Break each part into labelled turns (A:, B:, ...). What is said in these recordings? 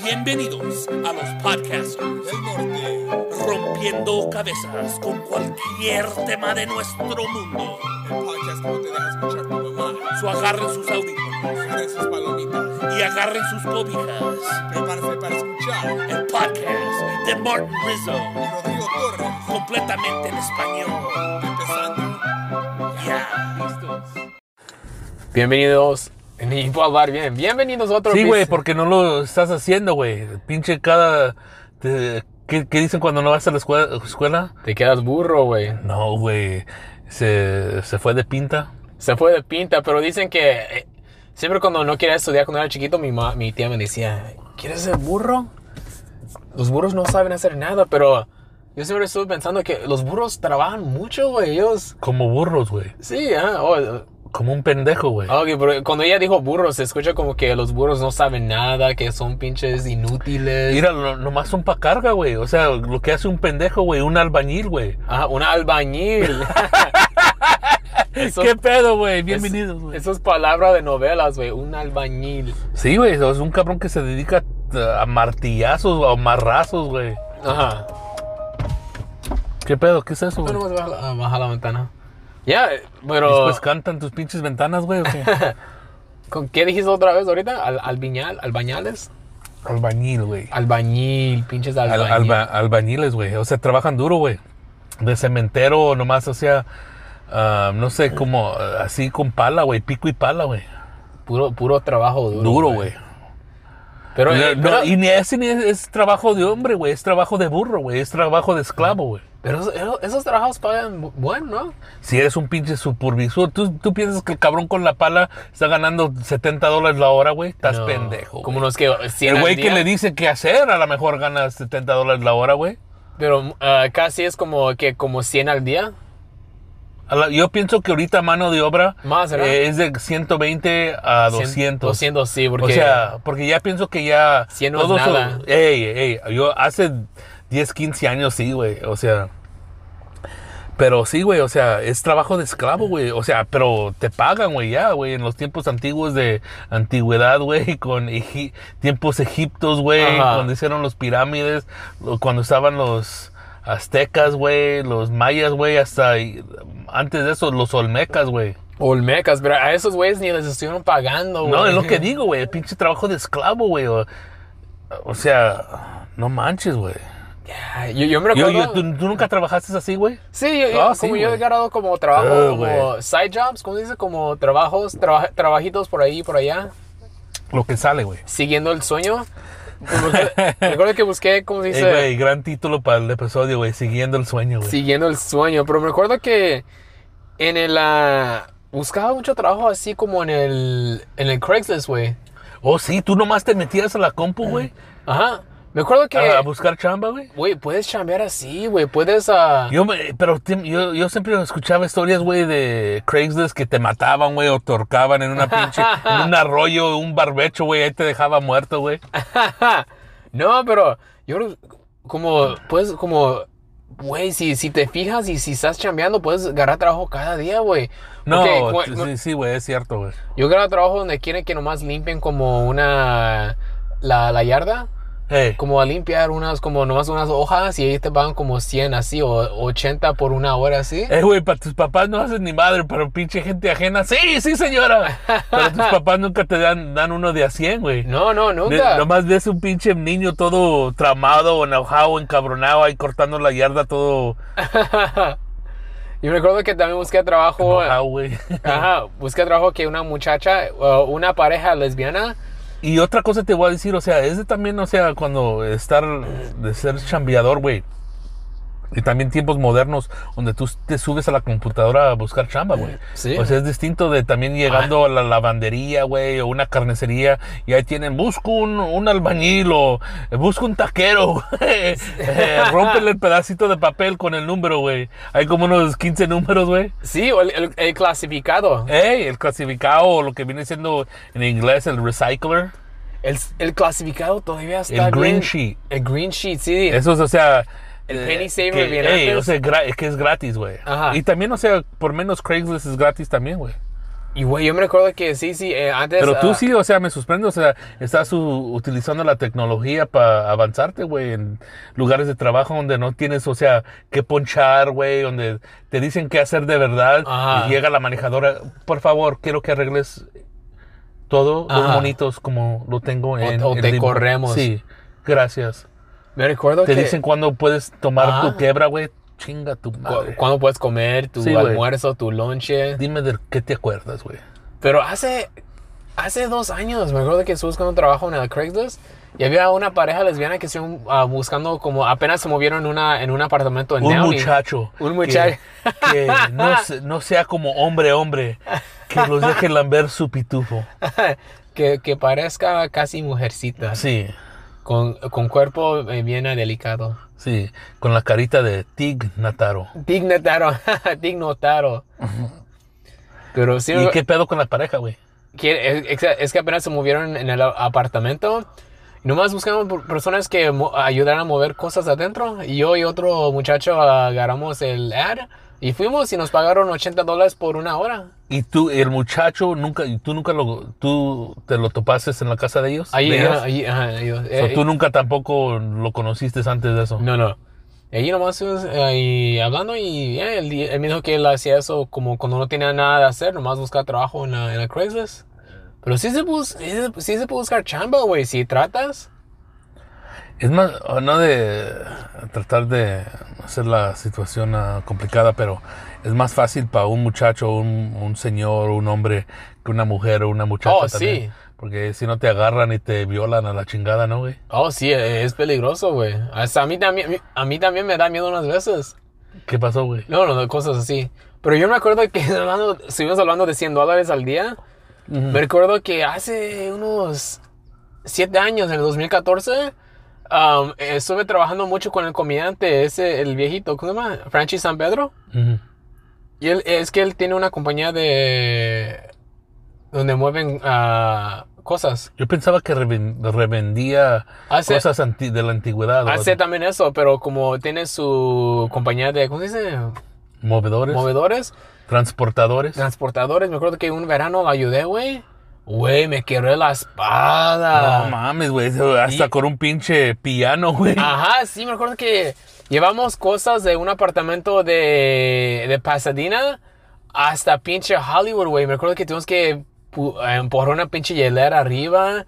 A: Bienvenidos a los podcasters
B: del norte,
A: rompiendo cabezas con cualquier tema de nuestro mundo.
B: el podcast que no te deja escuchar tu mamá.
A: So agarren sus audífonos
B: Agarren sus palomitas,
A: y agarren sus cobijas.
B: prepárate para escuchar
A: El podcast de Martin Rizzo,
B: y Rodrigo Torres,
A: completamente en español.
B: empezando.
A: Ya.
C: Bienvenidos. Ni puedo hablar bien. Bienvenidos a otro
D: Sí, güey,
C: episodio.
D: porque no lo estás haciendo, güey. Pinche cada... te- ¿qué, qué dicen cuando no vas a la escuela? escuela?
C: Te quedas burro, güey.
D: No, güey. Se, se fue de pinta.
C: Se fue de pinta, pero dicen que eh, siempre cuando no quería estudiar cuando era chiquito, mi, ma- mi tía me decía, ¿quieres ser burro? Los burros no saben hacer nada, pero yo siempre estuve pensando que los burros trabajan mucho, güey. Ellos,
D: Como burros, güey.
C: sí, ah, oh,
D: Como un pendejo, güey.
C: ah, ok, pero cuando ella dijo burros, se escucha como que los burros no saben nada, que son pinches inútiles.
D: Mira, lo- nomás son pa' carga, güey. O sea, lo que hace un pendejo, güey. Un albañil, güey.
C: Ah, un albañil. Esos-
D: ¿Qué pedo, güey?
C: Es-
D: Bienvenidos, güey.
C: Eso es palabra de novelas, güey. Un albañil.
D: Sí, güey. Es un cabrón que se dedica a martillazos o a marrazos, güey.
C: Ajá.
D: ¿Qué pedo? ¿Qué es eso,
C: No,
D: güey?
C: nomás baja, la- baja la ventana. Ya, pero.
D: Después cantan tus pinches ventanas, güey. o qué?
C: ¿Con qué dijiste otra vez ahorita? Al, albiñal, albañales.
D: albañil, güey.
C: Albañil, pinches
D: Al-
C: albañil.
D: alba- albañiles, güey. O sea, trabajan duro, güey. De cementero nomás, o sea, ah, no sé, como ah, así con pala, güey. Pico y pala, güey.
C: Puro, puro trabajo duro.
D: Duro, güey.
C: Pero, eh,
D: No,
C: pero-
D: y ni ese ni es, es trabajo de hombre, güey. Es trabajo de burro, güey. Es trabajo de esclavo, güey.
C: pero esos- esos, esos trabajos pagan bu- bueno, ¿no?
D: Si eres un pinche supervisor, ¿tú, tú piensas que el cabrón con la pala está ganando 70 dólares la hora, güey. Estás
C: No,
D: pendejo.
C: Como
D: güey.
C: no es que. 100
D: el
C: al
D: güey que
C: día,
D: le dice qué hacer, a lo mejor gana 70 dólares la hora, güey.
C: Pero ah, casi es como que como 100 al día.
D: A la- Yo pienso que ahorita mano de obra
C: Más, ¿verdad?
D: eh, es de 120 a 200.
C: 200, sí, porque.
D: O sea, porque ya pienso que ya...
C: 100 no es
D: todos son-
C: nada.
D: Ey, ey, yo hace 10, 15 años sí, güey, o sea... Pero sí, güey, o sea, es trabajo de esclavo, güey. O sea, pero te pagan, güey, ya, güey. En los tiempos antiguos de antigüedad, güey, con egi- tiempos egiptos, güey,
C: Ajá.
D: cuando hicieron los pirámides, lo- cuando estaban los aztecas, güey, los mayas, güey, hasta y- antes de eso, los olmecas, güey.
C: Olmecas, pero a esos güeyes ni les estuvieron pagando, güey.
D: No, es lo que digo, güey. El pinche trabajo de esclavo, güey. O, o sea, no manches, güey.
C: Ay, Yo, yo me
D: Yo-
C: recuerdo.
D: yo- ¿tú, tú nunca trabajaste así, güey?
C: Sí, yo, yo-
D: Ah,
C: como
D: sí,
C: yo he
D: güey.
C: agarrado como trabajo,
D: Ah,
C: como
D: güey.
C: side jobs, ¿cómo se dice? Como trabajos, traba- trabajitos por ahí, por allá,
D: Lo que sale, güey.
C: siguiendo el sueño. Pues Como que- Recuerdo que busqué, ¿cómo se
D: Ey,
C: dice?
D: Eh, güey, gran título para el episodio, güey. Siguiendo el sueño, güey.
C: siguiendo el sueño, pero me acuerdo que en el... ah, buscaba mucho trabajo así como en el, en el Craigslist, güey.
D: Oh, sí, tú nomás te metías a la compu, güey.
C: Ajá. Me acuerdo que...
D: A, a buscar chamba, güey.
C: Güey, puedes chambear así, güey. Puedes... ah,
D: Yo, me- pero te- yo, yo siempre escuchaba historias, güey, de Craigslist que te mataban, güey, o torcaban en una pinche, en un arroyo, un barbecho, güey, ahí te dejaba muerto, güey.
C: Ah, no, pero yo creo- como, pues, como, güey, si, si te fijas y si estás chambeando, puedes agarrar trabajo cada día, güey.
D: No,
C: Porque, güey,
D: sí, sí, güey, es cierto, güey.
C: Yo agarro trabajo donde quieren que nomás limpien como una, la, la yarda,
D: Ey.
C: como a limpiar unas, como nomás unas hojas y ahí te pagan como 100 así o 80 por una hora así.
D: Eh, güey, para tus papás no haces ni madre, pero pinche gente ajena. Sí, sí, señora. Pero tus papás nunca te dan, dan uno de a 100, güey.
C: No, no,
D: De-
C: nunca.
D: Nomás ves un pinche niño todo tramado, enojado, encabronado, ahí cortando la yarda todo
C: Yo recuerdo que también busqué trabajo,
D: enojado, güey.
C: ajá, busqué trabajo que una muchacha, uh, una pareja lesbiana,
D: Y otra cosa te voy a decir, o sea, es de también, o sea, cuando estar, de ser chambeador, güey. Y también tiempos modernos donde tú te subes a la computadora a buscar chamba, güey.
C: Sí.
D: O sea, es distinto de también llegando a la lavandería, güey, o una carnicería. Y ahí tienen, busco un, un albañil o eh, busco un taquero, güey. Eh, rómpele el pedacito de papel con el número, güey. Hay como unos 15 números, güey.
C: sí, o el, el- el clasificado.
D: Ey, el clasificado o lo que viene siendo en inglés el recycler.
C: El, el clasificado todavía está
D: El green
C: bien.
D: sheet.
C: El green sheet, sí.
D: Eso es, o sea.
C: El
D: eh,
C: penny saver
D: que-
C: bien
D: ey,
C: antes.
D: o sea, gra- es que es gratis, güey.
C: Ajá.
D: Y también, o sea, por menos Craigslist es gratis también, güey.
C: Y, güey, yo me recuerdo que sí, sí, eh, antes...
D: Pero tú
C: ah,
D: sí, o sea, me sorprende, o sea, estás u- utilizando la tecnología para avanzarte, güey, en lugares de trabajo donde no tienes, o sea, qué ponchar, güey, donde te dicen qué hacer de verdad
C: Ajá.
D: y llega la manejadora, por favor, quiero que arregles todo los
C: Ajá.
D: monitos como lo tengo en
C: o
D: en
C: te
D: Limbo".
C: corremos.
D: Sí, gracias.
C: Me recuerdo
D: Te
C: que
D: dicen cuándo puedes tomar
C: Ah.
D: tu quebra, güey, chinga tu
C: cu-
D: madre.
C: cuándo puedes comer tu
D: Sí, güey.
C: almuerzo, tu lonche.
D: Dime de qué te acuerdas, güey.
C: Pero hace, hace dos años, me acuerdo que estuve buscando trabajo en el Craigslist y había una pareja lesbiana que estuvo ah, buscando como apenas se movieron en, una, en un apartamento en
D: un
C: Downey.
D: muchacho.
C: Un muchacho.
D: Que, que no, se- no sea como hombre, hombre. Que los deje lamber su pitufo.
C: que, que parezca casi mujercita,
D: Sí,
C: con, con cuerpo eh, bien delicado.
D: sí. Con la carita de Tig Nataro.
C: Dignataro, dignotaro. Pero sí,
D: ¿Y qué pedo con la pareja, güey?
C: que- es, es que apenas se movieron en el apartamento. Y nomás buscaban por- personas que mo- ayudaran a mover cosas adentro. Y yo y otro muchacho agarramos el ad y fuimos y nos pagaron 80 dólares por una hora.
D: Y tú, el muchacho, nunca, y tú nunca lo, tú te lo topaste en la casa de ellos.
C: Ahí,
D: ¿De ellas?
C: ajá, ahí, ajá, ellos.
D: O sea,
C: Eh,
D: tú nunca tampoco lo conociste antes de eso.
C: No, no. Ahí nomás eh, y hablando y eh, él, él me dijo que él hacía eso como cuando no tenía nada de hacer, nomás buscaba trabajo en la, en la Craigslist. Pero sí se, pudo, sí se- sí se puede buscar chamba, güey, si tratas.
D: Es más, o no de tratar de hacer la situación ah, complicada, pero es más fácil para un muchacho, un, un señor, un hombre, que una mujer o una muchacha
C: Oh,
D: también.
C: sí.
D: Porque si no te agarran y te violan a la chingada, ¿no, güey?
C: Oh, sí, eh, es peligroso, güey. Hasta a mí, también, a mí también me da miedo unas veces.
D: ¿Qué pasó, güey?
C: No, no, no, cosas así. Pero yo me acuerdo que hablando, estuvimos hablando de 100 dólares al día. Me recuerdo que hace unos 7 años, en el 2014, um, estuve trabajando mucho con el comediante, ese, el viejito, ¿cómo se llama? Franchi San Pedro.
D: Ujú.
C: Y él, es que él tiene una compañía de... donde mueven ah, cosas.
D: Yo pensaba que reven- revendía
C: Hace-
D: cosas anti- de la antigüedad. o
C: Hace
D: algo.
C: también eso, pero como tiene su compañía de, ¿cómo se dice?
D: Movedores,
C: Movedores.
D: transportadores.
C: transportadores. Me acuerdo que un verano la ayudé, güey. Güey, me quebré la espada.
D: No mames, güey. eso Hasta
C: Y- Ah,
D: con un pinche piano, güey.
C: Ajá, sí, me acuerdo que llevamos cosas de un apartamento de, de Pasadena hasta pinche Hollywood, güey. Me acuerdo que tuvimos que pu- empujar una pinche hielera arriba,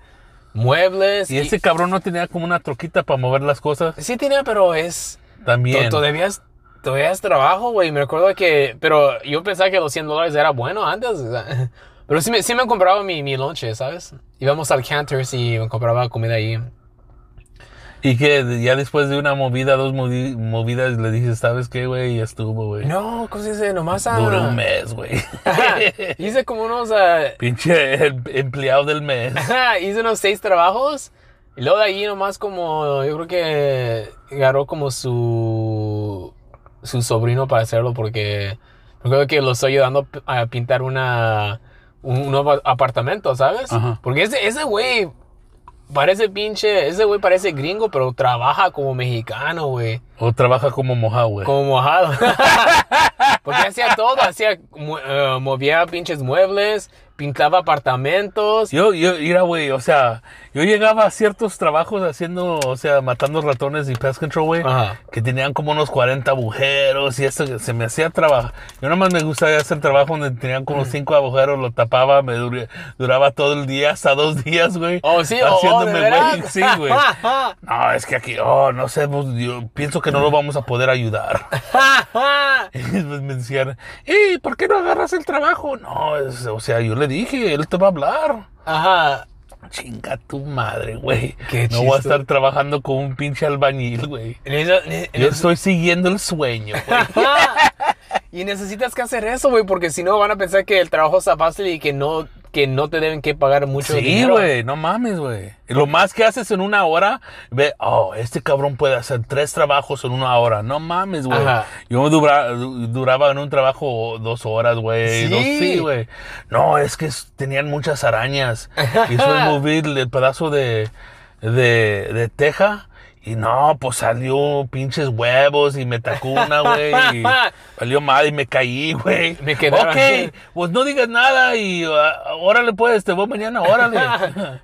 C: muebles.
D: Y ese cabrón no tenía como una troquita para mover las cosas.
C: Sí tenía, pero es...
D: También.
C: to- Todavía es, todavía es trabajo, güey. Me acuerdo que... Pero yo pensaba que los 100 dólares era bueno antes. o sea, Pero sí me, sí me compraba mi, mi lonche, ¿sabes? Íbamos al Canters y me compraba comida ahí.
D: Y que ya después de una movida, dos movi- movidas, le dices, ¿sabes qué, güey? Ya estuvo, güey.
C: No, ¿cómo se dice? Nomás a...
D: Duró un mes, güey.
C: Ajá. Hice como unos... ah,
D: Pinche el- empleado del mes.
C: Ajá, hice unos seis trabajos. Y luego de ahí nomás como, yo creo que agarró como su, su sobrino para hacerlo porque me acuerdo que lo estoy ayudando p- a pintar una, un, un nuevo apartamento, ¿sabes?
D: Ajá.
C: Porque ese, ese güey parece pinche, ese güey parece gringo, pero trabaja como mexicano, güey.
D: O trabaja como mojado, güey.
C: Como mojado. Porque hacía todo, hacía, mu- eh, movía pinches muebles, pintaba apartamentos.
D: Yo, yo, mira, güey, o sea, yo llegaba a ciertos trabajos haciendo, o sea, matando ratones y pest control, güey,
C: Ajá.
D: que tenían como unos 40 agujeros y eso, se me hacía trabajo. Yo nomás me gustaba hacer trabajo donde tenían
C: Mm.
D: como cinco agujeros, lo tapaba, me dure- duraba todo el día, hasta dos días, güey.
C: Oh, sí, oh, oh, ¿de
D: haciéndome, güey,
C: veras?
D: sí, güey. No, es que aquí, oh, no sé, pues, yo pienso que no lo vamos a poder ayudar. Y después me decían, hey, ¿por qué no agarras el trabajo? No, es- o sea, yo le dije, él te va a hablar.
C: Ajá.
D: Chinga tu madre, güey.
C: Qué
D: No voy a
C: chisto.
D: estar trabajando con un pinche albañil, güey.
C: En eso- en- en
D: Yo
C: eso-
D: estoy siguiendo el sueño, güey.
C: y necesitas que hacer eso, güey, porque si no van a pensar que el trabajo está fácil y que no, que no te deben que pagar mucho
D: Sí,
C: dinero.
D: güey, no mames, güey. Lo más que haces en una hora, ve, oh, este cabrón puede hacer tres trabajos en una hora. No mames, güey.
C: Ajá.
D: Yo dura- du- duraba en un trabajo dos horas, güey.
C: Sí.
D: dos- Sí, güey. no, es que s- tenían muchas arañas. Y fue mover el pedazo de, de, de teja. Y no, pues salió pinches huevos y me tacó una, güey. y valió mal y me caí, güey.
C: Me quedaron.
D: Ok, pues no digas nada y ah, órale, pues, te voy mañana, órale.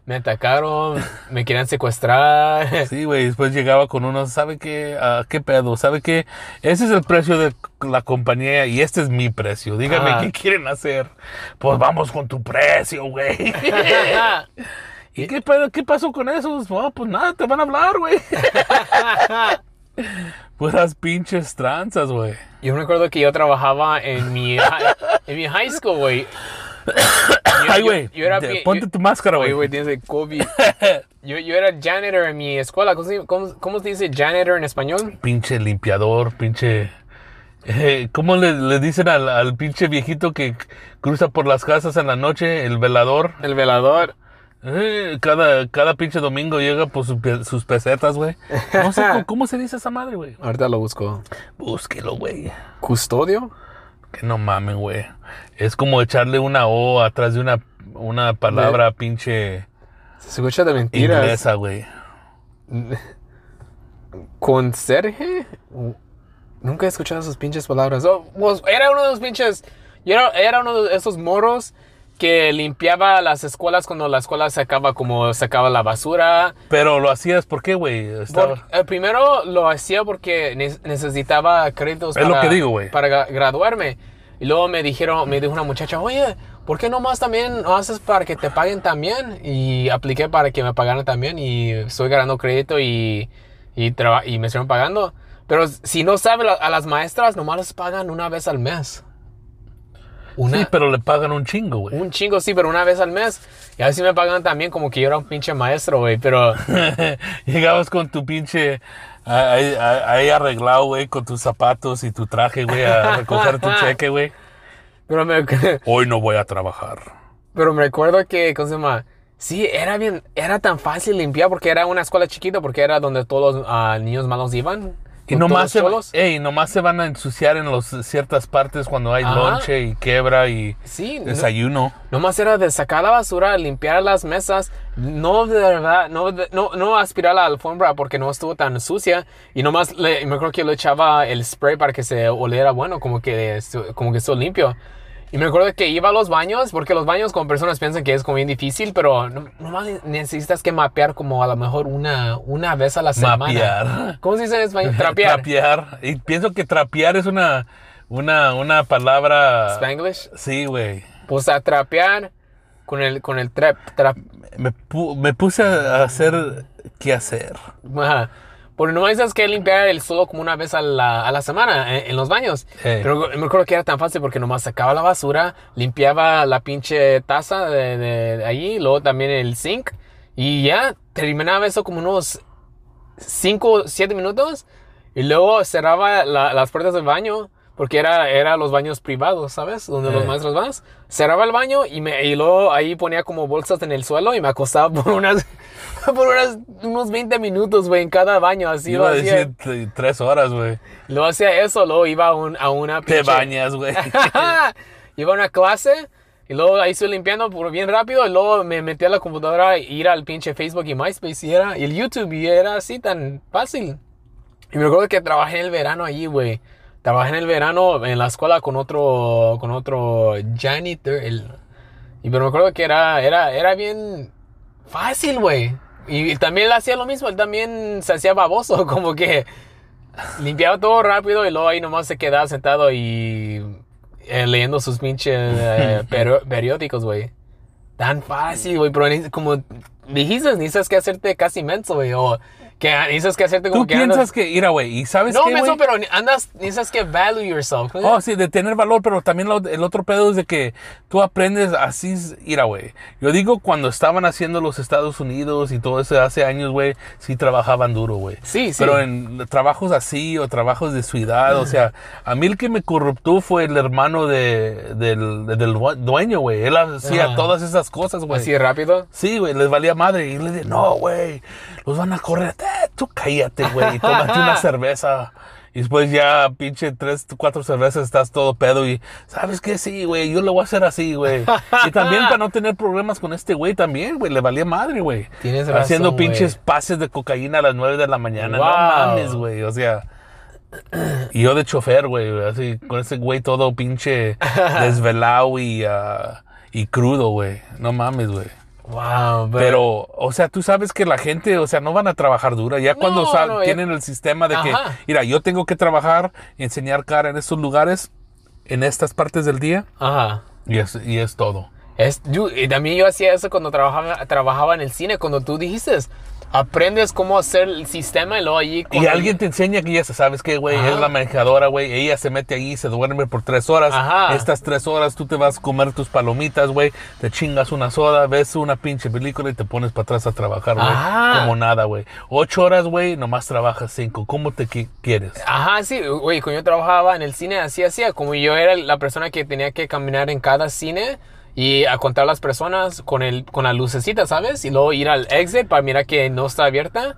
C: me atacaron, me querían secuestrar.
D: sí, güey, después llegaba con uno, ¿sabe qué? Ah, ¿Qué pedo? ¿Sabe qué? Ese es el precio de la compañía y este es mi precio. Dígame,
C: Ah.
D: ¿qué quieren hacer? Pues vamos con tu precio, güey. ¿Y qué, pedo? ¿Qué pasó con esos? No, pues nada, te van a hablar, güey. Puras pinches tranzas, güey.
C: Yo me acuerdo que yo trabajaba en mi, hi- en mi high school, güey. Yo-
D: Ay,
C: yo-
D: güey.
C: yo era
D: de-
C: bien-
D: Ponte
C: yo-
D: tu máscara,
C: Oye,
D: güey.
C: güey, tienes el COVID. Yo, yo era janitor en mi escuela. ¿Cómo se, cómo- cómo se dice janitor en español?
D: Pinche limpiador, pinche. Eh, ¿Cómo le, le dicen al, al pinche viejito que cruza por las casas en la noche, el velador?
C: El velador.
D: Eh, cada, cada pinche domingo llega por su pe- sus pesetas, güey. No sé cómo, cómo se dice esa madre, güey.
C: Ahorita lo busco.
D: Búsquelo, güey.
C: ¿Custodio?
D: Que no mames, güey. Es como echarle una O atrás de una, una palabra pinche
C: Se escucha de mentiras.
D: inglesa, güey.
C: ¿Conserje? Nunca he escuchado esas pinches palabras. Oh, pues, era uno de los pinches. yo era, era uno de esos morros que limpiaba las escuelas cuando la escuela sacaba como sacaba la basura.
D: Pero lo hacías, ¿por qué, güey? Estaba-
C: Por- eh, primero lo hacía porque ne- necesitaba créditos
D: Es lo que digo, güey.
C: para gra- graduarme. Y luego me dijeron, me dijo una muchacha, oye, ¿por qué nomás también no haces para que te paguen también? Y apliqué para que me pagaran también y estoy ganando crédito y, y, traba- y me estuvieron pagando. Pero si no sabe, la- a las maestras nomás les pagan una vez al mes. Una,
D: Sí, pero le pagan un chingo, güey.
C: un chingo, sí, pero una vez al mes. Y así me pagan también como que yo era un pinche maestro, güey. Pero
D: Llegabas con tu pinche ah, ahí ahí arreglado, güey, con tus zapatos y tu traje, güey, a recoger tu cheque, güey.
C: pero me,
D: Hoy no voy a trabajar.
C: Pero me recuerdo que, ¿cómo se llama? Sí, era bien, era tan fácil limpiar porque era una escuela chiquita, porque era donde todos los ah, niños malos iban.
D: Y
C: con
D: nomás,
C: todos
D: se, eh,
C: solos.
D: ey, nomás se van a ensuciar en los, ciertas partes cuando hay
C: Ajá.
D: lonche y quiebra y
C: Sí, no-
D: desayuno.
C: nomás era de sacar la basura, limpiar las mesas, no de verdad, no, de- no, no aspirar la alfombra porque no estuvo tan sucia. Y nomás le, me acuerdo que le echaba el spray para que se oliera bueno, como que, estu- como que estuvo limpio. Y me acuerdo que iba a los baños, porque los baños con personas piensan que es como bien difícil, pero no- nomás necesitas que mapear como a lo mejor una, una vez a la semana.
D: Mapear.
C: ¿Cómo se dice en español? Trapear.
D: Trapear. Y pienso que trapear es una, una, una palabra...
C: Spanglish.
D: Sí, güey.
C: Pues a trapear con el, con el trap, trap,
D: Me, pu- me puse a hacer qué hacer.
C: Ajá. Porque no dices que limpiar el suelo como una vez a la, a la semana en, en los baños.
D: Eh.
C: Pero me acuerdo que era tan fácil porque nomás sacaba la basura, limpiaba la pinche taza de, de- de allí, y luego también el zinc. Y ya terminaba eso como unos 5, 7 minutos. Y luego cerraba la- las puertas del baño. Porque era, era los baños privados, ¿sabes? Donde los
D: Eh.
C: maestros van. Cerraba el baño y, me, y luego ahí ponía como bolsas en el suelo y me acostaba por unas, por unas- unos 20 minutos, güey, en cada baño. Así lo
D: Iba a
C: hacía.
D: decir t- tres horas, güey.
C: Lo hacía eso, luego iba a, un- a una
D: Te
C: pinche-
D: bañas, güey.
C: Iba a una clase y luego ahí estoy limpiando por bien rápido y luego me metí a la computadora y ir al pinche Facebook y MySpace y era y el YouTube y era así tan fácil. Y me acuerdo que trabajé en el verano allí, güey. Trabajé en el verano en la escuela con otro con otro janitor el- y pero me acuerdo que era era era bien fácil, güey. Y también él hacía lo mismo, él también se hacía baboso, como que limpiaba todo rápido y luego ahí nomás se quedaba sentado y eh, leyendo sus pinches eh, pero- periódicos, güey. Tan fácil, güey, pero ni- como dijiste, necesitas que hacerte casi menso, güey, o que ah, necesitas que hacerte como
D: Tú
C: que
D: piensas
C: andas...
D: que, mira, güey, y sabes
C: No,
D: qué,
C: menso,
D: güey?
C: pero ni- andas, necesitas que value yourself. güey.
D: Oh, sí, de tener valor, pero también lo- el otro pedo es de que tú aprendes así, mira, güey. Yo digo, cuando estaban haciendo los Estados Unidos y todo eso hace años, güey, sí trabajaban duro, güey.
C: Sí, sí.
D: Pero en trabajos así o trabajos de ciudad, o sea, a mí el que me corruptó fue el hermano de, del, del dueño, güey. Él hacía
C: Ajá.
D: todas esas cosas, güey.
C: Ah. Así rápido.
D: Sí, güey, les valía madre. Y le dije, no, güey, los van a correr. Eh, tú cállate, güey, y tómate una cerveza. Y después ya, pinche, tres, cuatro cervezas, estás todo pedo y, ¿sabes qué? Sí, güey, yo lo voy a hacer así, güey. Y también para no tener problemas con este güey también, güey, le valía madre, güey.
C: Tienes razón,
D: Haciendo pinches
C: güey.
D: pases de cocaína a las nueve de la mañana.
C: Wow.
D: No mames, güey, o sea. Y yo de chofer, güey, así, con ese güey todo pinche desvelado y, ah, y crudo, güey. No mames, güey.
C: Wow,
D: Pero, o sea, tú sabes que la gente, o sea, no van a trabajar dura. Ya
C: No,
D: cuando sa-
C: no, ya-
D: tienen el sistema de que,
C: Ajá.
D: mira, yo tengo que trabajar, enseñar cara en estos lugares, en estas partes del día,
C: Ajá.
D: y es, y es todo.
C: Es, yo- y también yo hacía eso cuando trabajaba, trabajaba en el cine, cuando tú dijiste, aprendes cómo hacer el sistema y luego allí...
D: Y
C: cuando-
D: alguien te enseña que ya se- sabes que, güey,
C: Ajá.
D: es la manejadora, güey. Ella se mete ahí, se duerme por tres horas.
C: Ajá.
D: Estas tres horas tú te vas a comer tus palomitas, güey. Te chingas una soda, ves una pinche película y te pones para atrás a trabajar,
C: Ajá.
D: güey. Como nada, güey. Ocho horas, güey, nomás trabajas cinco. ¿Cómo te qui- quieres?
C: Ajá, sí, güey, cuando yo trabajaba en el cine, así hacía, como yo era la persona que tenía que caminar en cada cine y a contar las personas con, el, con la lucecita, ¿sabes? Y luego ir al exit para mirar que no está abierta.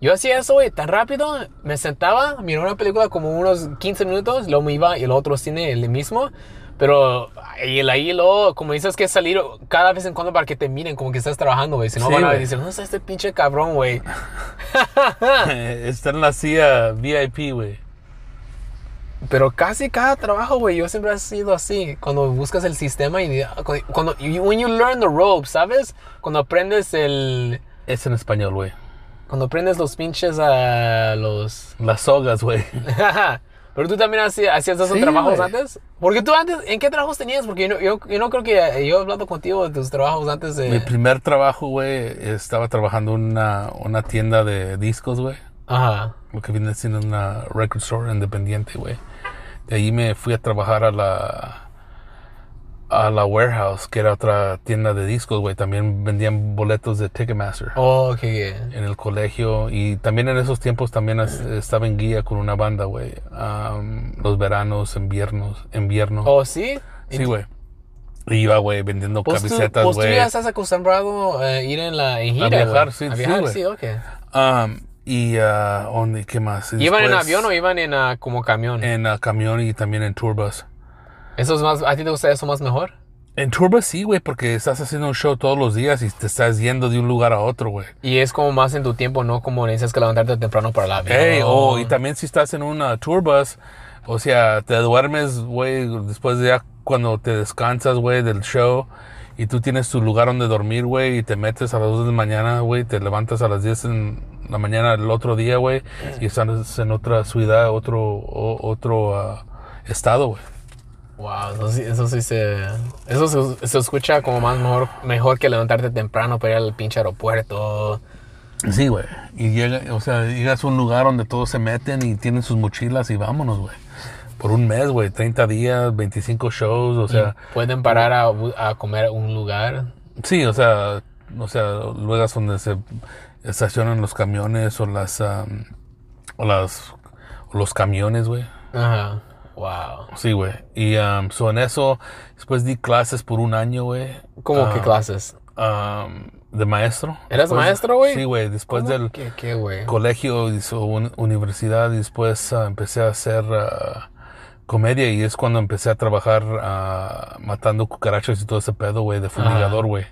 C: Yo hacía eso, güey, tan rápido, me sentaba, miraba una película como unos 15 minutos, luego me iba y el otro cine, el mismo. Pero y el ahí, luego, como dices que salir cada vez en cuando para que te miren como que estás trabajando, güey. Si no,
D: Sí,
C: van a
D: güey.
C: decir, ¿dónde está este pinche cabrón, güey?
D: Está en la silla VIP, güey.
C: Pero casi cada trabajo, güey, yo siempre he sido así. Cuando buscas el sistema y ah, cuando you- when you learn the ropes, ¿sabes? Cuando aprendes el
D: Es en español, güey.
C: cuando aprendes los pinches a los
D: Las sogas, güey.
C: Pero tú también hacías, hacías esos
D: Sí,
C: trabajos
D: güey.
C: antes? Porque tú antes, ¿en qué trabajos tenías? Porque yo no, yo, yo no creo que yo he hablado contigo de tus trabajos antes
D: Mi
C: de
D: primer trabajo, güey, estaba trabajando en una, una tienda de discos, güey.
C: Ajá.
D: Lo que viene siendo una record store independiente, güey. De ahí me fui a trabajar a la a la warehouse, que era otra tienda de discos, güey. También vendían boletos de Ticketmaster
C: Oh, qué bien.
D: en el colegio y también en esos tiempos también es- estaba en guía con una banda, güey. Am, los veranos, inviernos, invierno.
C: Oh, sí.
D: Sí, güey. Iba, güey, vendiendo
C: Pues tú-
D: camisetas,
C: pues tú
D: güey.
C: ya estás acostumbrado a ir en la en gira, güey.
D: viajar, sí,
C: a
D: sí,
C: viajar,
D: güey.
C: sí, ok.
D: Um, y, ah, ¿dónde? ¿Qué más? Y
C: ¿Iban en
D: después
C: avión o iban en ah, como camión?
D: En ah, camión y también en turbas.
C: ¿Eso es más, ¿A ti te gusta eso más mejor?
D: En turbas sí, güey, porque estás haciendo un show todos los días y te estás yendo de un lugar a otro, güey.
C: Y es como más en tu tiempo, no como necesitas que levantarte temprano para la avión.
D: Ey, oh, y también si estás en una turbas, o sea, te duermes, güey, después de ya cuando te descansas, güey, del show y tú tienes tu lugar donde dormir, güey, y te metes a las 2 de la mañana, güey, te levantas a las 10 en la mañana del otro día, güey, y estás en otra ciudad, otro, o- otro ah, estado, güey.
C: Wow, eso sí, eso sí se... Eso se, se escucha como más mejor, mejor que levantarte temprano para ir al pinche aeropuerto.
D: Sí, güey. Y llega, o sea, llegas a un lugar donde todos se meten y tienen sus mochilas y vámonos, güey. Por un mes, güey, 30 días, 25 shows, o sea,
C: Pueden parar a, bu- a comer a un lugar.
D: sí, o sea, o sea, lugares donde se estacionan los camiones o las am, o las o los camiones, güey.
C: Ajá. Wow.
D: Sí, güey. Y am, so en eso después di clases por un año, güey.
C: ¿Cómo
D: Ah.
C: que clases?
D: am, de maestro.
C: ¿Eras
D: Después-
C: maestro, güey?
D: Sí, güey, después del
C: ¿Qué, qué, güey?
D: colegio, hizo un- universidad y después ah, empecé a hacer ah, comedia y es cuando empecé a trabajar ah, matando cucarachas y todo ese pedo, güey, de fumigador, güey.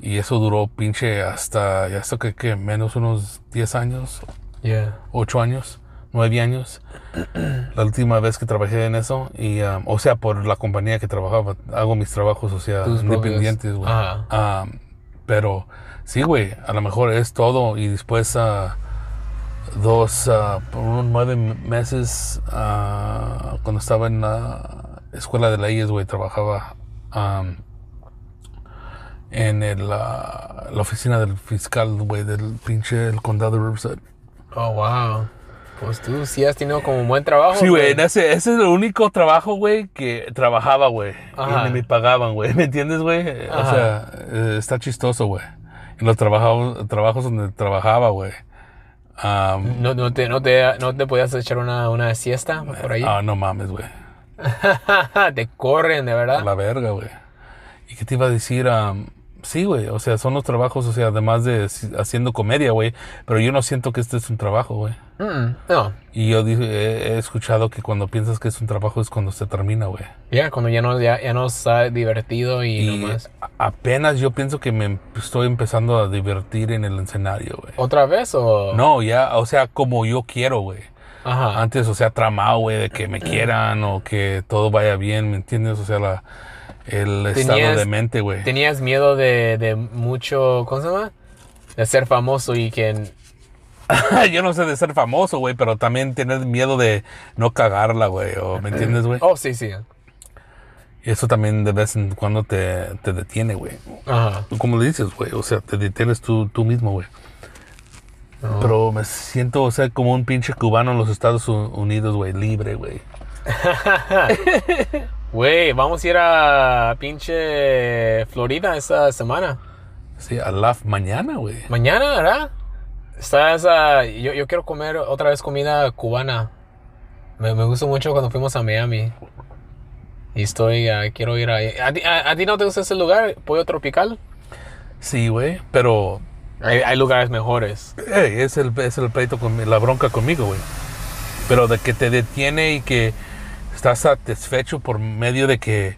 D: Y eso duró pinche hasta, ya hasta que, que menos unos 10 años,
C: Yeah.
D: 8 años, 9 años. La última vez que trabajé en eso y, ah, o sea, por la compañía que trabajaba, hago mis trabajos, o sea,
C: Tus propios-
D: Ah, independientes, güey.
C: Ajá.
D: Ah, pero sí, güey, a lo mejor es todo y después ah, dos, ah, por unos nueve meses, ah, cuando estaba en la escuela de leyes, güey, trabajaba am, en el, ah, la oficina del fiscal, güey, del pinche el condado de Riverside.
C: Oh, wow. Pues tú sí has tenido como un buen trabajo.
D: Sí, güey, en ese, ese es el único trabajo, güey, que trabajaba, güey.
C: Ajá.
D: Y ni me pagaban, güey. ¿Me entiendes, güey? O
C: Ajá.
D: sea, eh, está chistoso, güey. En los trabajos, trabajos donde trabajaba, güey. Um,
C: ¿No, no, te, no, te, ¿No te podías echar una, una siesta por ahí?
D: Ah, no mames, güey.
C: te corren, de
D: A
C: verdad.
D: la verga, güey. ¿Y qué te iba a decir? Am, Sí, güey, o sea, son los trabajos, o sea, además de si- haciendo comedia, güey, pero yo no siento que este es un trabajo, güey.
C: Mm, no,
D: Y yo dije- he, he escuchado que cuando piensas que es un trabajo es cuando se termina, güey.
C: ya cuando ya no, ya, ya no está divertido y,
D: Y
C: nomás.
D: a- apenas yo pienso que me em- estoy empezando a divertir en el escenario, güey.
C: ¿Otra vez o...?
D: No, ya, o sea, como yo quiero, güey.
C: Ajá.
D: Antes, o sea, tramado, güey, de que me quieran o que todo vaya bien, ¿me entiendes? O sea, la, el estado
C: Tenías-
D: de mente, güey.
C: Tenías miedo de, de mucho... ¿Cómo se llama? De ser famoso y que...
D: yo no sé de ser famoso, güey, pero también tener miedo de no cagarla, güey, o, ¿me entiendes, güey?
C: Oh, sí, sí.
D: Y eso también de vez en cuando te, te detiene, güey.
C: Ajá.
D: Como le dices, güey, o sea, te detienes tú, tú mismo, güey. Pero me siento, o sea, como un pinche cubano en los Estados U- Unidos, güey, libre, güey.
C: Güey, vamos a ir a pinche Florida esta semana.
D: Sí, a la mañana, güey.
C: Mañana, ¿verdad? Estás ah, yo, yo quiero comer otra vez comida cubana. Me, me gustó mucho cuando fuimos a Miami. Y estoy, ah, quiero ir ahí. ¿A ti, a- a ti no te gusta ese lugar? ¿Pollo tropical?
D: Sí, güey, pero
C: Hay, hay lugares mejores.
D: Ey, es, el, es el pleito, con, la bronca conmigo, güey. Pero de que te detiene y que estás satisfecho por medio de que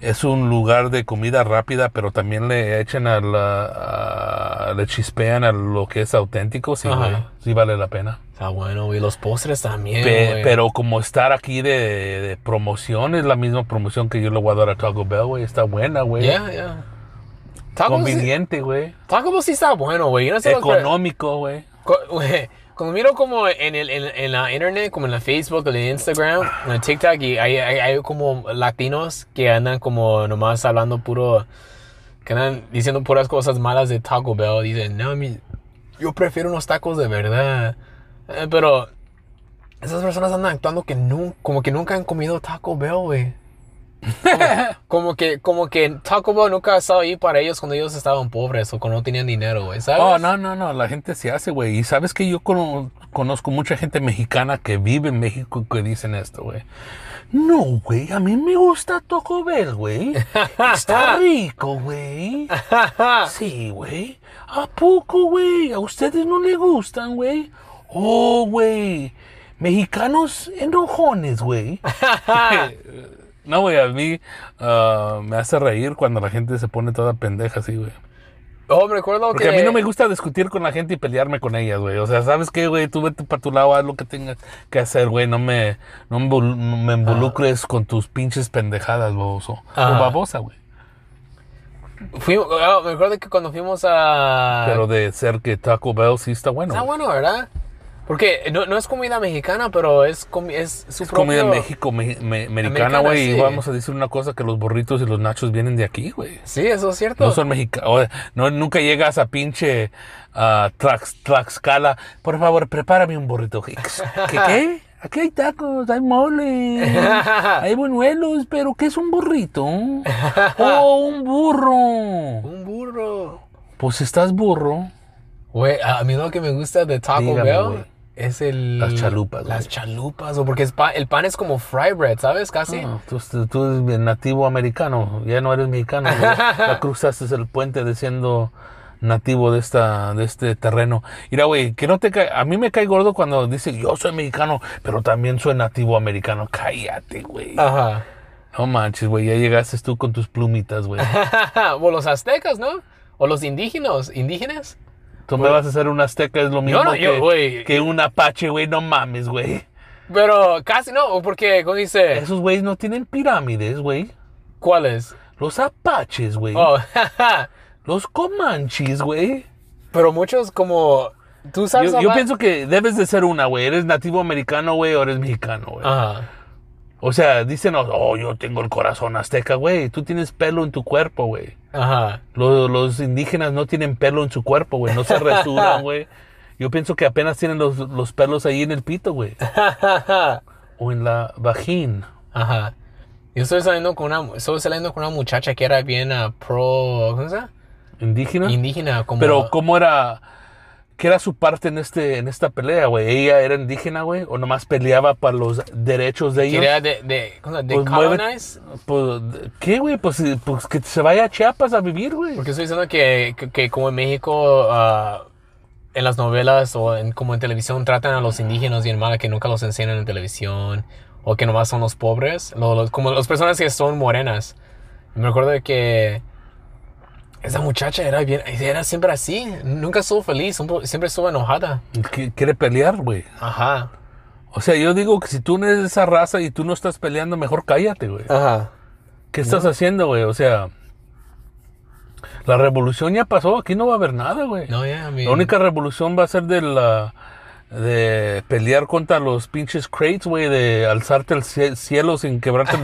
D: es un lugar de comida rápida, pero también le echan a la. a- le chispean a lo que es auténtico, sí,
C: Ajá.
D: güey. Sí vale la pena.
C: Está bueno, y los postres también.
D: Pe-
C: güey.
D: pero como estar aquí de, de promoción, es la misma promoción que yo le voy a dar a Taco Bell, güey. Está buena, güey.
C: Ya, ya. Taco Bell sí-
D: Conveniente, güey.
C: Taco Bell sí está bueno, güey. Yo no
D: Eh,
C: sé lo que-
D: Económico, güey.
C: Co- güey, Cuando miro como en, el, en, en la internet, como en la Facebook, en el Instagram, en el TikTok, y hay, hay, hay como latinos que andan como nomás hablando puro, que andan diciendo puras cosas malas de Taco Bell. Dicen, no, mi, yo prefiero unos tacos de verdad. Eh, pero esas personas andan actuando que nun- como que nunca han comido Taco Bell, güey. Como, como que, como que Taco Bell nunca ha estado ahí para ellos cuando ellos estaban pobres o cuando no tenían dinero, güey, ¿sabes?
D: Oh, no, no, no, la gente se hace, güey. Y sabes que yo cono- conozco mucha gente mexicana que vive en México que dicen esto, güey. No, güey, a mí me gusta Taco Bell, güey. Está rico, güey. Sí, güey. ¿A poco, güey? ¿A ustedes no les gustan, güey? Oh, güey. Mexicanos enojones, güey. no, güey, a mí ah, me hace reír cuando la gente se pone toda pendeja así, güey.
C: Oh, me recuerdo
D: Porque
C: que.
D: a mí no me gusta discutir con la gente y pelearme con ellas, güey. O sea, ¿sabes qué, güey? Tú vete para tu lado, haz lo que tengas que hacer, güey. No me, no me invol- no me involucres con tus pinches pendejadas, baboso.
C: Ah.
D: O babosa, güey.
C: Fui- oh, me recuerdo que cuando fuimos a.
D: Pero de ser que Taco Bell sí Ah. está bueno.
C: Está
D: güey.
C: bueno, ¿verdad? Porque no, no es comida mexicana, pero es, comi- es su
D: Es comida
C: propio-
D: México, me-
C: Americana,
D: me- americana, güey.
C: sí.
D: Y vamos a decir una cosa, que los burritos y los nachos vienen de aquí, güey.
C: Sí, eso es cierto.
D: No son mexicanos. No, nunca llegas a pinche ah, Tlax- Tlaxcala. Por favor, prepárame un burrito. ¿Qué? qué? Aquí hay tacos, hay mole, hay buñuelos, pero ¿qué es un burrito? ¡Oh, un burro!
C: Un burro.
D: Pues estás burro.
C: Güey, a mí lo que me gusta de Taco
D: Dígame,
C: Bell
D: güey.
C: es el.
D: Las chalupas,
C: Las
D: güey.
C: chalupas, o porque es pa- el pan es como fry bread, ¿sabes? Casi.
D: Ah, tú, tú eres nativo americano, ya no eres mexicano. güey. Ya cruzaste el puente de siendo nativo de esta de este terreno. Mira, güey, que no te cae, a mí me cae gordo cuando dice yo soy mexicano, pero también soy nativo americano. Cállate, güey.
C: Ajá.
D: No manches, güey, ya llegaste tú con tus plumitas, güey.
C: o los aztecas, ¿no? O los indígenas. ¿Indígenas?
D: Tú me vas a hacer un azteca, es lo mismo
C: no,
D: que,
C: yo, güey.
D: que un apache, güey, no mames, güey.
C: Pero casi no, porque, ¿cómo dice?
D: Esos güeyes no tienen pirámides, güey.
C: ¿Cuáles?
D: Los apaches, güey.
C: Oh,
D: Los comanches, güey.
C: Pero muchos como... Tú sabes
D: Yo, yo
C: hablar-
D: pienso que debes de ser una, güey. Eres nativo americano, güey, o eres mexicano, güey.
C: Ah. Ajá.
D: O sea, dicen, oh, oh, yo tengo el corazón azteca, güey. Tú tienes pelo en tu cuerpo, güey.
C: Ajá.
D: Los, los indígenas no tienen pelo en su cuerpo, güey. No se rasuran, güey. Yo pienso que apenas tienen los, los pelos ahí en el pito, güey. O en la vagina.
C: Ajá. Yo estoy saliendo con una... Estoy saliendo con una muchacha que era bien ah, pro... ¿Cómo se llama?
D: ¿Indígena?
C: Indígena, como...
D: Pero, ¿cómo era? ¿Qué era su parte en, este, en esta pelea, güey? ¿Ella era indígena, güey? ¿O nomás peleaba para los derechos de ellos?
C: Quería de, de, ¿cómo se llama? de
D: Pues mueve-
C: colonize.
D: Pues, ¿Qué, güey? Pues, eh, pues que se vaya a Chiapas a vivir, güey.
C: Porque estoy diciendo que, que, que como en México, ah, en las novelas o en, como en televisión, tratan a los indígenas bien mal, que nunca los enseñan en televisión, o que nomás son los pobres, lo- lo- como las personas que son morenas. Me recuerdo de que esa muchacha era, bien, era siempre así, nunca estuvo feliz, siempre, siempre estuvo enojada.
D: Que- Quiere pelear, güey.
C: Ajá.
D: O sea, yo digo que si tú no eres de esa raza y tú no estás peleando, mejor cállate, güey.
C: Ajá.
D: ¿Qué estás haciendo, güey? O sea, la revolución ya pasó, aquí no va a haber nada, güey.
C: No, ya, mi-
D: La única revolución va a ser de la de pelear contra los pinches crates, güey, de alzarte al cie- cielo sin quebrarte el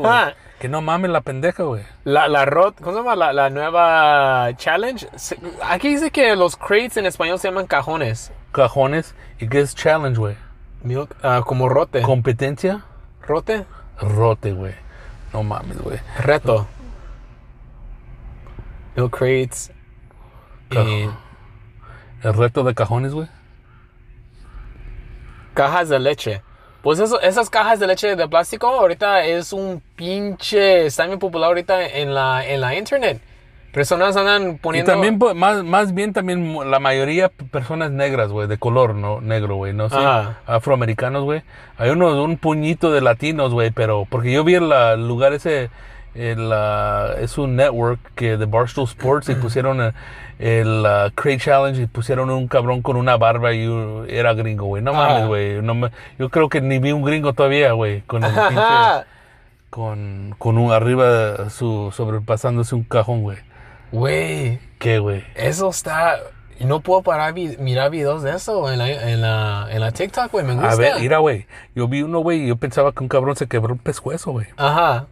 D: güey. Que no mames la pendeja, güey.
C: La, la rot, ¿cómo se llama? La, la nueva challenge. Se- Aquí dice que los crates en español se llaman cajones.
D: Cajones y qué es challenge, güey.
C: Milk, ah, como rote.
D: Competencia,
C: ¿Rote?
D: rote, güey. No mames, güey.
C: Reto. Milk crates. Y
D: Cajón. El reto de cajones, güey.
C: cajas de leche. Pues eso, esas cajas de leche de plástico ahorita es un pinche... Está bien popular ahorita en la, en la internet. Personas andan
D: Y
C: poniendo...
D: también, pues, más, más bien, también mu- la mayoría p- personas negras, güey, de color, ¿no? Negro, güey, no sé.
C: Ajá.
D: Afroamericanos, güey. Hay unos, un puñito de latinos, güey, pero. Porque yo vi el la- el lugar ese. el, ah, es un network que de Barstool Sports y pusieron eh, el ah, Crate Challenge y pusieron un cabrón con una barba y un- era gringo, güey. No
C: Ajá.
D: mames, güey. no me- yo creo que ni vi un gringo todavía, güey, con el pinche-
C: Ajá.
D: con, con un arriba su sobrepasándose un cajón, güey.
C: Güey.
D: ¿Qué, güey?
C: Eso está. y No puedo parar vi- mirar videos de eso en la, en la, en la TikTok, güey. Me gusta.
D: A ver, mira, güey. Yo vi uno, güey, y yo pensaba que un cabrón se quebró un pescuezo, güey.
C: Ajá.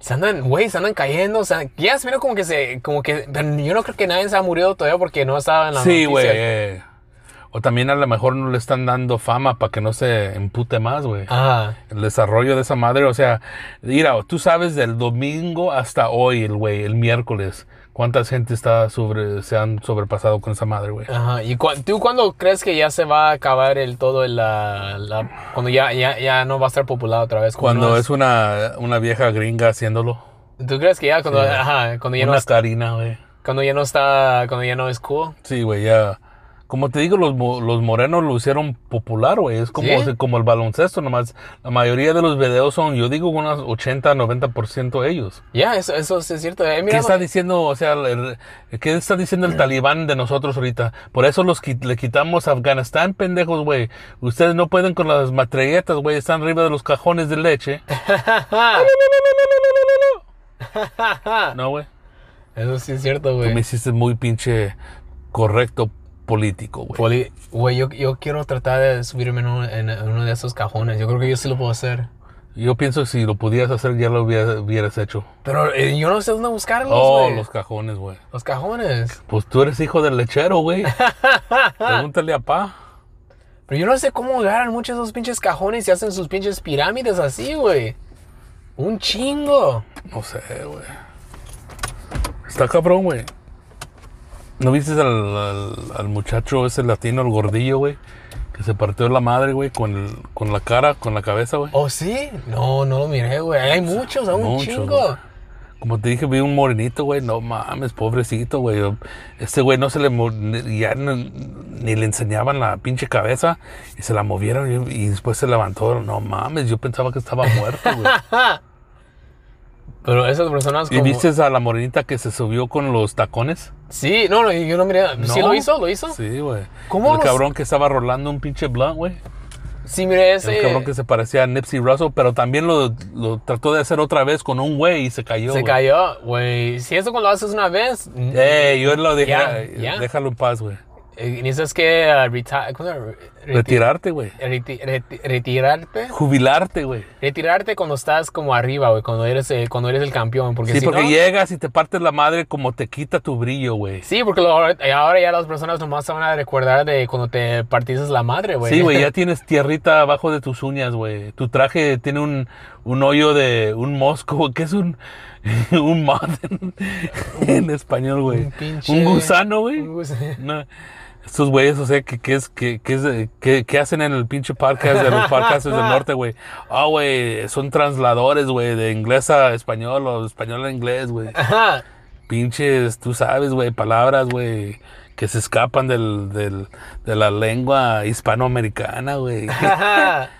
C: Se andan, güey, se andan cayendo. Se andan- ya se mira como que se. Como que. Pero yo no creo que nadie se ha murido todavía porque no estaba en la
D: Sí,
C: noticias.
D: güey. eh. O también a lo mejor no le están dando fama para que no se empute más, güey.
C: Ajá.
D: El desarrollo de esa madre, o sea, mira, tú sabes del domingo hasta hoy, el güey, el miércoles, cuánta gente está sobre, se han sobrepasado con esa madre, güey.
C: Ajá. ¿Y cua- tú cuándo crees que ya se va a acabar el todo el, la, la- Cuando ya, ya, ya no va a ser popular otra vez? como
D: Cuando
C: no
D: es una, una vieja gringa haciéndolo,
C: ¿Tú crees que ya cuando. Ajá. Cuando ya, no,
D: una
C: es-
D: carina, güey.
C: cuando ya no está. Cuando ya no es cool.
D: Sí, güey, ya. Como te digo, los, mo- los morenos lo hicieron popular, güey. Es como,
C: ¿Sí?
D: como el baloncesto, nomás. La mayoría de los videos son, yo digo, unos 80, 90% ellos.
C: Ya, eso, eso sí es cierto. eh, He
D: ¿Qué
C: mirado-
D: está diciendo, o sea, el- el- qué está diciendo el talibán de nosotros ahorita? Por eso los qui- le quitamos a Afganistán, pendejos, güey. Ustedes no pueden con las matralletas, güey. Están arriba de los cajones de leche. No, güey.
C: Eso sí es cierto,
D: Tú me
C: güey.
D: hiciste muy pinche correcto político, güey.
C: Poli- Güey, yo, yo quiero tratar de subirme en, un- en uno de esos cajones. Yo creo que yo sí lo puedo hacer.
D: Yo pienso que si lo pudieras hacer, ya lo hubiera- hubieras hecho.
C: Pero eh, yo no sé dónde buscarlos,
D: Oh,
C: güey.
D: los cajones, güey.
C: Los cajones.
D: Pues tú eres hijo del lechero, güey. Pregúntale a pa.
C: Pero yo no sé cómo agarran muchos de esos pinches cajones y hacen sus pinches pirámides así, güey. Un chingo.
D: No sé, güey. Está cabrón, güey. ¿No viste al, al- al muchacho ese latino, el gordillo, güey? Que se partió la madre, güey, con, el- con la cara, con la cabeza, güey.
C: ¿Oh, sí? No, no lo miré, güey. Hay muchos, hay un
D: Muchos,
C: chingo.
D: güey. Como te dije, vi un morenito, güey. No mames, pobrecito, güey. Este güey no se le. mo- ni- Ya no- ni le enseñaban la pinche cabeza y se la movieron y, y después se levantó. No mames, yo pensaba que estaba muerto, güey.
C: Pero esas personas
D: ¿Y
C: como...
D: viste a la morenita que se subió con los tacones?
C: Sí, no, no, yo no miré. Pues ¿Sí
D: No.
C: lo hizo? ¿Lo hizo? Sí,
D: Sí, güey.
C: ¿Cómo
D: El
C: los-
D: cabrón que estaba rolando un pinche blunt, güey.
C: miré
D: El
C: ese.
D: cabrón que se parecía a Nipsey Russell, pero también lo, lo trató de hacer otra vez con un güey y se cayó.
C: Se
D: güey.
C: cayó, güey. Si eso cuando lo haces una vez, eh,
D: Ey, yo lo dejé.
C: Ya, ya.
D: Déjalo en paz, güey.
C: eh, necesitas que ah, reti- ¿cómo se llama? Reti-
D: Eh, Retirarte, güey.
C: reti- reti- retirarte.
D: Jubilarte, güey.
C: Retirarte cuando estás como arriba, güey. Cuando eres, eh, cuando eres el campeón. Porque
D: Sí,
C: si
D: porque
C: no-
D: llegas y te partes la madre como te quita tu brillo, güey.
C: Sí, porque lo- ahora ya las personas nomás se van a recordar de cuando te partiste la madre, güey.
D: Sí, güey, ya tienes tierrita abajo de tus uñas, güey. Tu traje tiene un, un hoyo de un mosco, que es un, un moth en, en español, güey.
C: Un pinche-
D: Un gusano, güey.
C: Un gusano.
D: No, Estos güeyes, o sea, que, que es, que, que es, eh, que, que hacen en el pinche podcast de los podcasters del norte, güey. Ah, güey, son transladores, güey, de inglés a español o de español a inglés, güey.
C: Ajá.
D: Pinches, tú sabes, güey, palabras, güey, que se escapan del, del, de la lengua hispanoamericana, güey.
C: Ajá.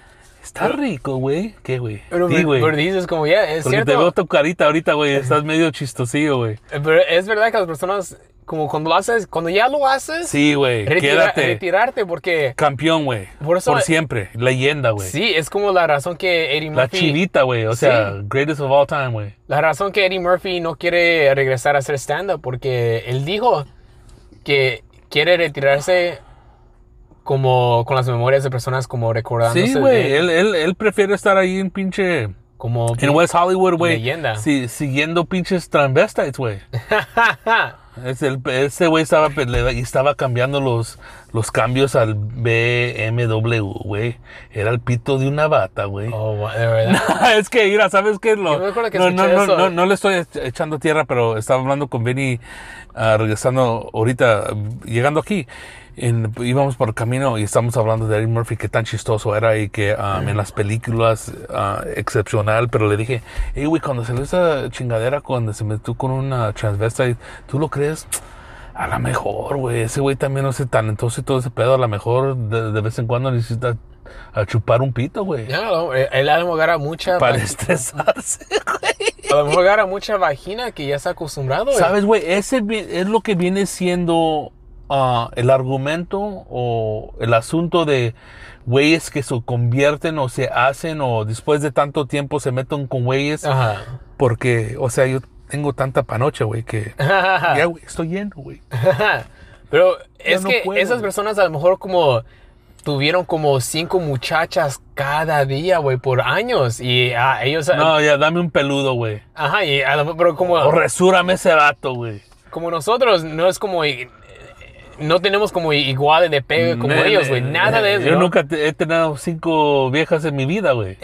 D: Está rico, güey. ¿Qué, güey?
C: Pero,
D: Di,
C: me-
D: güey.
C: pero dices como ya, es
D: Porque
C: cierto.
D: te veo tu carita ahorita, güey. Estás medio chistosillo, güey.
C: Eh, Pero es verdad que las personas, como cuando lo haces, cuando ya lo haces,
D: Sí, güey.
C: retira-
D: Quédate.
C: retirarte porque
D: Campeón, güey.
C: Por
D: Por,
C: eso-
D: siempre. Leyenda, güey.
C: sí, es como la razón que Eddie
D: La
C: Murphy,
D: chinita, güey. O sea, greatest of all time, güey.
C: la razón que Eddie Murphy no quiere regresar a hacer stand-up porque él dijo que quiere retirarse como con las memorias de personas como recordándose
D: Sí, güey.
C: de,
D: Él, él, él prefiere estar ahí en pinche.
C: como
D: En West Hollywood, güey.
C: Leyenda.
D: Sí, siguiendo pinches transvestites, güey. Es el- Ese güey estaba, pe- le- estaba cambiando los, los cambios al BMW, güey. Era el pito de una bata, güey.
C: oh, wow, de verdad.
D: Ah, es que, mira, ¿sabes qué? Lo-
C: Yo me acuerdo que
D: no, no,
C: escuché
D: no,
C: eso.
D: no, no le estoy ech- echando tierra, pero estaba hablando con Benny ah, regresando ahorita, mm, llegando aquí. En- íbamos por el camino y estábamos hablando de Eddie Murphy, que tan chistoso era y que ah, en las películas ah, excepcional, pero le dije, hey, güey, cuando salió esa chingadera, cuando se metió con una transvestite, ¿tú lo crees? A lo mejor, güey, ese güey también no sé talentoso y todo ese pedo, a lo mejor de, de vez en cuando necesita ah, chupar un pito, güey.
C: Ya, no, eh, él a lo mejor agarra mucha,
D: Para
C: va-
D: estresarse, güey.
C: a lo mejor agarra mucha vagina que ya está acostumbrado. güey.
D: ¿Sabes, güey? Ese vi- es lo que viene siendo ah, el argumento o el asunto de güeyes que se convierten o se hacen o después de tanto tiempo se meten con güeyes.
C: Ajá.
D: Porque, o sea, yo tengo tanta panocha, güey, que ya, güey, estoy lleno, güey.
C: Pero es
D: no
C: que
D: puedo,
C: esas
D: güey.
C: personas a lo mejor como tuvieron como cinco muchachas cada día, güey, por años. Y ah, ellos...
D: No, ya, dame un peludo, güey.
C: Ajá, y a lo mejor, pero como,
D: O resúrame ese vato, güey.
C: como nosotros, no es como... i- eh, No tenemos como iguales de pegue como
D: Ne- ne-
C: ellos, güey. Nada de eso.
D: Yo
C: ¿no?
D: nunca te- he tenido cinco viejas en mi vida, güey.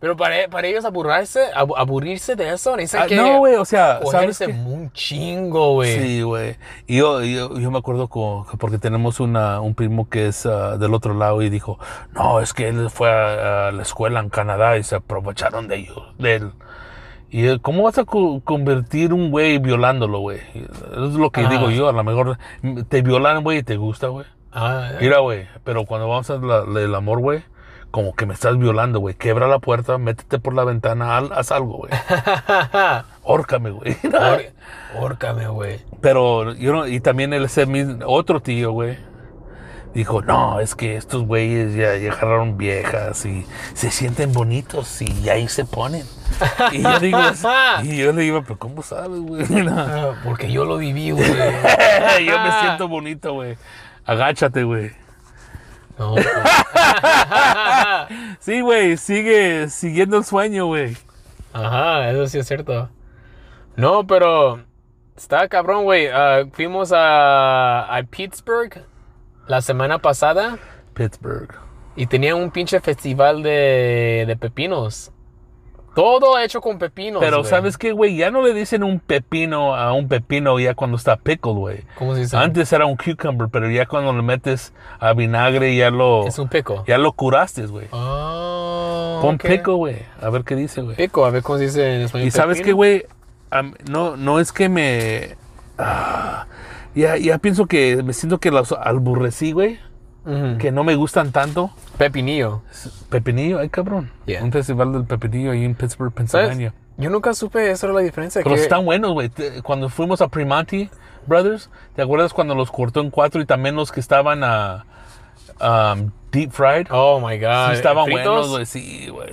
C: Pero para, para ellos aburrirse, abu- aburrirse de eso, necesitan
D: Ah,
C: que
D: no, güey, o sea, ¿sabes
C: cogerse
D: qué?
C: un chingo, güey.
D: Sí, güey. Y Yo, yo, yo me acuerdo co- que porque tenemos una, un primo que es ah, del otro lado y dijo, no, es que él fue a, a la escuela en Canadá y se aprovecharon de, ello- de él. Y eh, ¿cómo vas a co- convertir un güey violándolo, güey? Es lo que
C: Ah.
D: digo yo, a lo mejor mm, te violan, güey, y te gusta, güey.
C: Ah,
D: Mira, güey, pero cuando vamos a la- la- el amor, güey, como que me estás violando, güey. Quebra la puerta, métete por la ventana, haz, haz algo, güey. Órcame, güey.
C: Or- Órcame, güey.
D: Pero yo no, y también el ese mismo- otro tío, güey, dijo, no, es que estos güeyes ya, ya agarraron viejas y se sienten bonitos y ahí se ponen. Y yo digo, y yo le digo, pero ¿cómo sabes, güey? Mira,
C: Ah, Porque yo lo viví, güey.
D: yo me siento bonito, güey. Agáchate, güey.
C: No, güey.
D: Sí, güey, sigue siguiendo el sueño, güey.
C: Ajá, eso sí es cierto. No, pero está cabrón, güey. Ah, fuimos a, a Pittsburgh la semana pasada
D: Pittsburgh.
C: y tenían un pinche festival de, de pepinos. Todo hecho con pepinos.
D: Pero
C: Pues, güey.
D: ¿sabes qué, güey? Ya no le dicen un pepino a un pepino ya cuando está pickle, güey.
C: ¿Cómo se dice?
D: Antes era un cucumber, pero ya cuando le metes a vinagre ya lo,
C: Es un pico.
D: ya lo curaste, güey.
C: Oh,
D: Pon
C: ok.
D: pico, güey. A ver qué dice, güey.
C: Pico, a ver cómo se dice en español.
D: Y sabes qué,
C: pepino.
D: güey, Am- no, no es que me... ah, ya, ya pienso que me siento que los alburrecí, güey.
C: Ujú.
D: Que no me gustan tanto.
C: Pepinillo.
D: Pepinillo, ay cabrón.
C: Yeah.
D: Un festival del pepinillo ahí en Pittsburgh,
C: ¿Sabes?
D: Pennsylvania.
C: Yo nunca supe eso era la diferencia.
D: Pero
C: que-
D: están buenos, güey. Te- Cuando fuimos a Primanti Brothers, ¿te acuerdas cuando los cortó en cuatro y también los que estaban a um, deep fried?
C: Oh my god.
D: Sí, estaban
C: ¿Fritos?
D: buenos, güey. Sí, güey.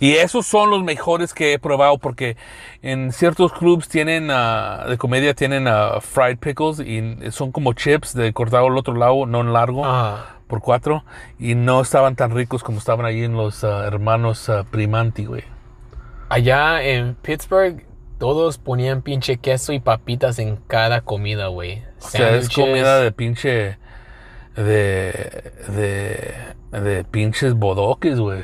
D: Y esos son los mejores que he probado porque en ciertos clubs tienen, ah, de comedia, tienen ah, fried pickles y son como chips de cortado al otro lado, no en largo,
C: Ajá.
D: por cuatro. Y no estaban tan ricos como estaban ahí en los ah, hermanos ah, Primanti, güey.
C: Allá en Pittsburgh, todos ponían pinche queso y papitas en cada comida, güey.
D: O sea, es
C: Sándwiches.
D: comida de pinche. de. de. de pinches bodoques, güey.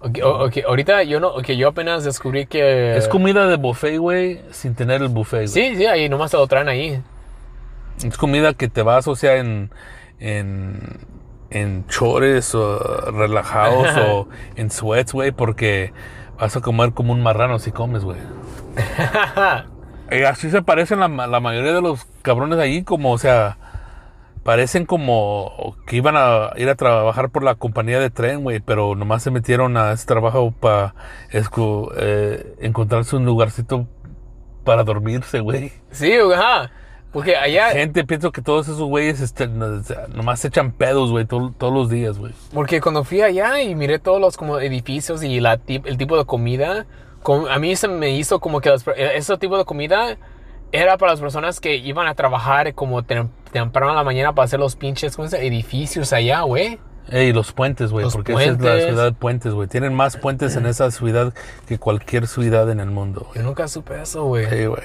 C: Ok, o- ok, ahorita yo no. Ok, yo apenas descubrí que.
D: Es comida de buffet, güey, sin tener el buffet, güey.
C: Sí, sí, ahí nomás te lo traen ahí.
D: Es comida que te vas, o sea, en, en, en chores o relajados o en sweats, güey, porque vas a comer como un marrano si comes, güey. Eh, así se parecen la, ma- la mayoría de los cabrones ahí, como, o sea, parecen como que iban a ir a trabajar por la compañía de tren, güey, pero nomás se metieron a ese trabajo para encontrarse un lugarcito para dormirse, güey.
C: sí, ajá. Porque allá,
D: Gente, pienso que todos esos güeyes este, no- o sea, nomás se echan pedos, güey, tol- todos los días, güey.
C: Porque cuando fui allá y miré todos los como edificios y la tip- el tipo de comida, com- a mí se me hizo como que las per- eh, ese tipo de comida era para las personas que iban a trabajar como tem- temprano en la mañana para hacer los pinches ¿cómo se dice? edificios allá, güey.
D: Ey, los puentes, güey,
C: Los
D: porque esa es
C: puentes.
D: la ciudad de puentes, güey. Tienen más puentes en esa ciudad que cualquier ciudad en el mundo, güey.
C: Yo nunca supe eso, güey.
D: Ey, güey.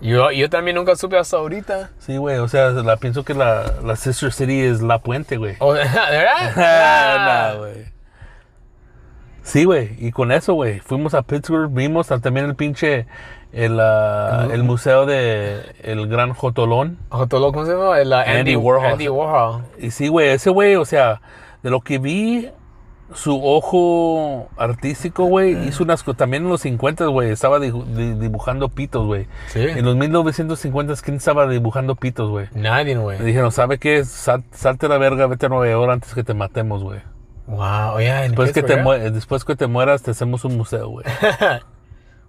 C: Yo, yo también nunca supe hasta ahorita.
D: Sí, güey, o sea, la, pienso que la, la Sister City es la puente, güey.
C: Oh, ¿De verdad?
D: Ah, nah, güey. Sí, güey, y con eso, güey, fuimos a Pittsburgh, vimos a- también el pinche, el, ah, el museo de el Gran Jotolón.
C: Ojo, todo lo- ¿Cómo se llama? El, uh, Andy,
D: Andy Warhol.
C: Andy Warhol.
D: Y sí, güey, ese güey, o sea, de lo que vi, su ojo artístico, güey, hizo unas cosas. También en los 50, güey, estaba dibu- di- dibujando pitos, güey.
C: Sí.
D: En los 1950, ¿quién estaba dibujando pitos, güey?
C: Nadie,
D: Le
C: güey.
D: dijeron, ¿sabe qué? Sal- salte a la verga, vete a Nueva York antes que te matemos, güey.
C: Wow, ya.
D: Después, Pues que te mue- después que te mueras, te hacemos un museo, güey.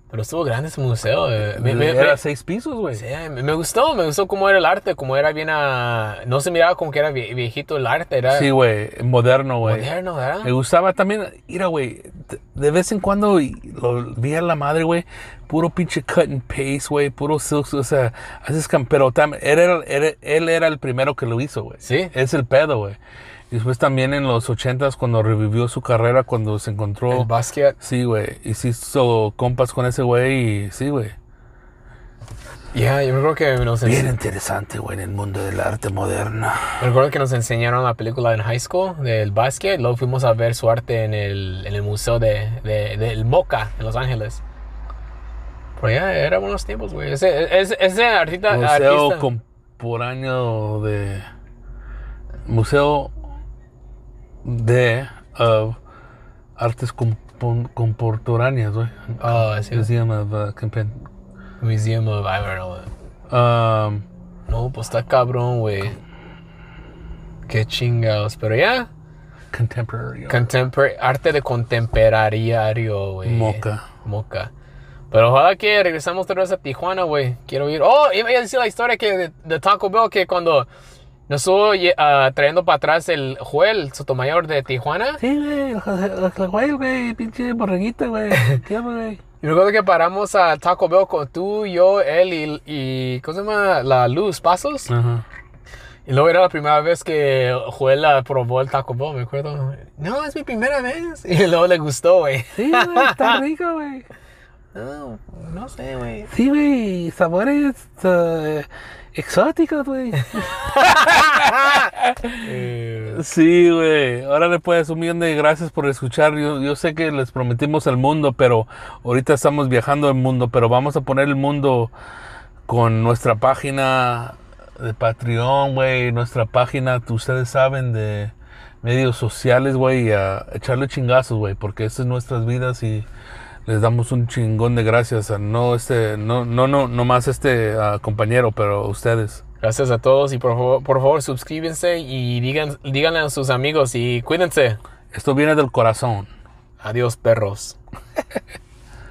C: Pero estuvo grande ese museo. eh. Me- me-
D: Era
C: me-
D: seis pisos, güey.
C: Sí, me me gustó, me gustó cómo era el arte, cómo era bien ah, No se miraba como que era vie- viejito el arte, era
D: Sí, güey, moderno, güey.
C: moderno, ¿verdad?
D: Me gustaba también, mira, güey, de- de vez en cuando y lo vi a la madre, güey, puro pinche cut and paste, güey, puro silks, o sea, haces cam- pero tam- él era, era- él era el primero que lo hizo, güey.
C: Sí.
D: Es el pedo, güey. Y Después también en los ochentas, cuando revivió su carrera, cuando se encontró...
C: El básquet.
D: sí, güey, y se hizo compas con ese güey y sí, güey.
C: Ya, yo creo que nos, ense-
D: Bien interesante, güey, en el mundo del arte moderno.
C: recuerdo que nos enseñaron la película en high school del básquet, luego fuimos a ver su arte en el, en el museo de, de- del Moca en Los Ángeles. Pero ya, eran buenos tiempos, güey. Ese, ese, ese artista,
D: Museo
C: artista-
D: contemporáneo de Museo de of Artes Compon- Contemporáneas, güey.
C: Oh, sí,
D: Museum of uh, Compen-
C: Museum of, I don't know.
D: um,
C: No, pues está cabrón, güey. Qué chingados, pero ya.
D: Contemporary Art.
C: Contempor- arte de contemporario, güey.
D: Moca.
C: Moca. Pero ojalá que regresamos otra vez a Tijuana, güey. Quiero ir. Oh, iba a decir la historia que de, de Taco Bell que cuando nos estuvo lle- ah, trayendo para atrás el Joel Sotomayor de Tijuana.
D: Sí, güey, el José- el güey, güey, pinche borreguita, güey. ¿Qué, güey?
C: Y recuerdo que paramos a Taco Bell con tú, yo, él y, y ¿cómo se llama? La Luz Pasos.
D: Ajá.
C: Y luego era la primera vez que Joel ah, probó el Taco Bell, me acuerdo. No, es mi primera vez. Y luego le gustó, güey.
D: Sí, güey, está rico, güey.
C: No, Oh, no sé, güey.
D: Sí, güey, sabores uh, exóticos, güey. Sí, güey. Ahora le puedes un millón de gracias por escuchar. Yo, yo sé que les prometimos el mundo, pero ahorita estamos viajando el mundo, pero vamos a poner el mundo con nuestra página de Patreon, güey, nuestra página, tú- ustedes saben, de medios sociales, güey, y a echarle chingazos, güey, porque estas es nuestras vidas y les damos un chingón de gracias a no este, no, no, no, no más este ah, compañero, pero a ustedes.
C: Gracias a todos y por favor, por favor suscríbanse y digan, díganle a sus amigos y cuídense.
D: Esto viene del corazón.
C: Adiós, perros.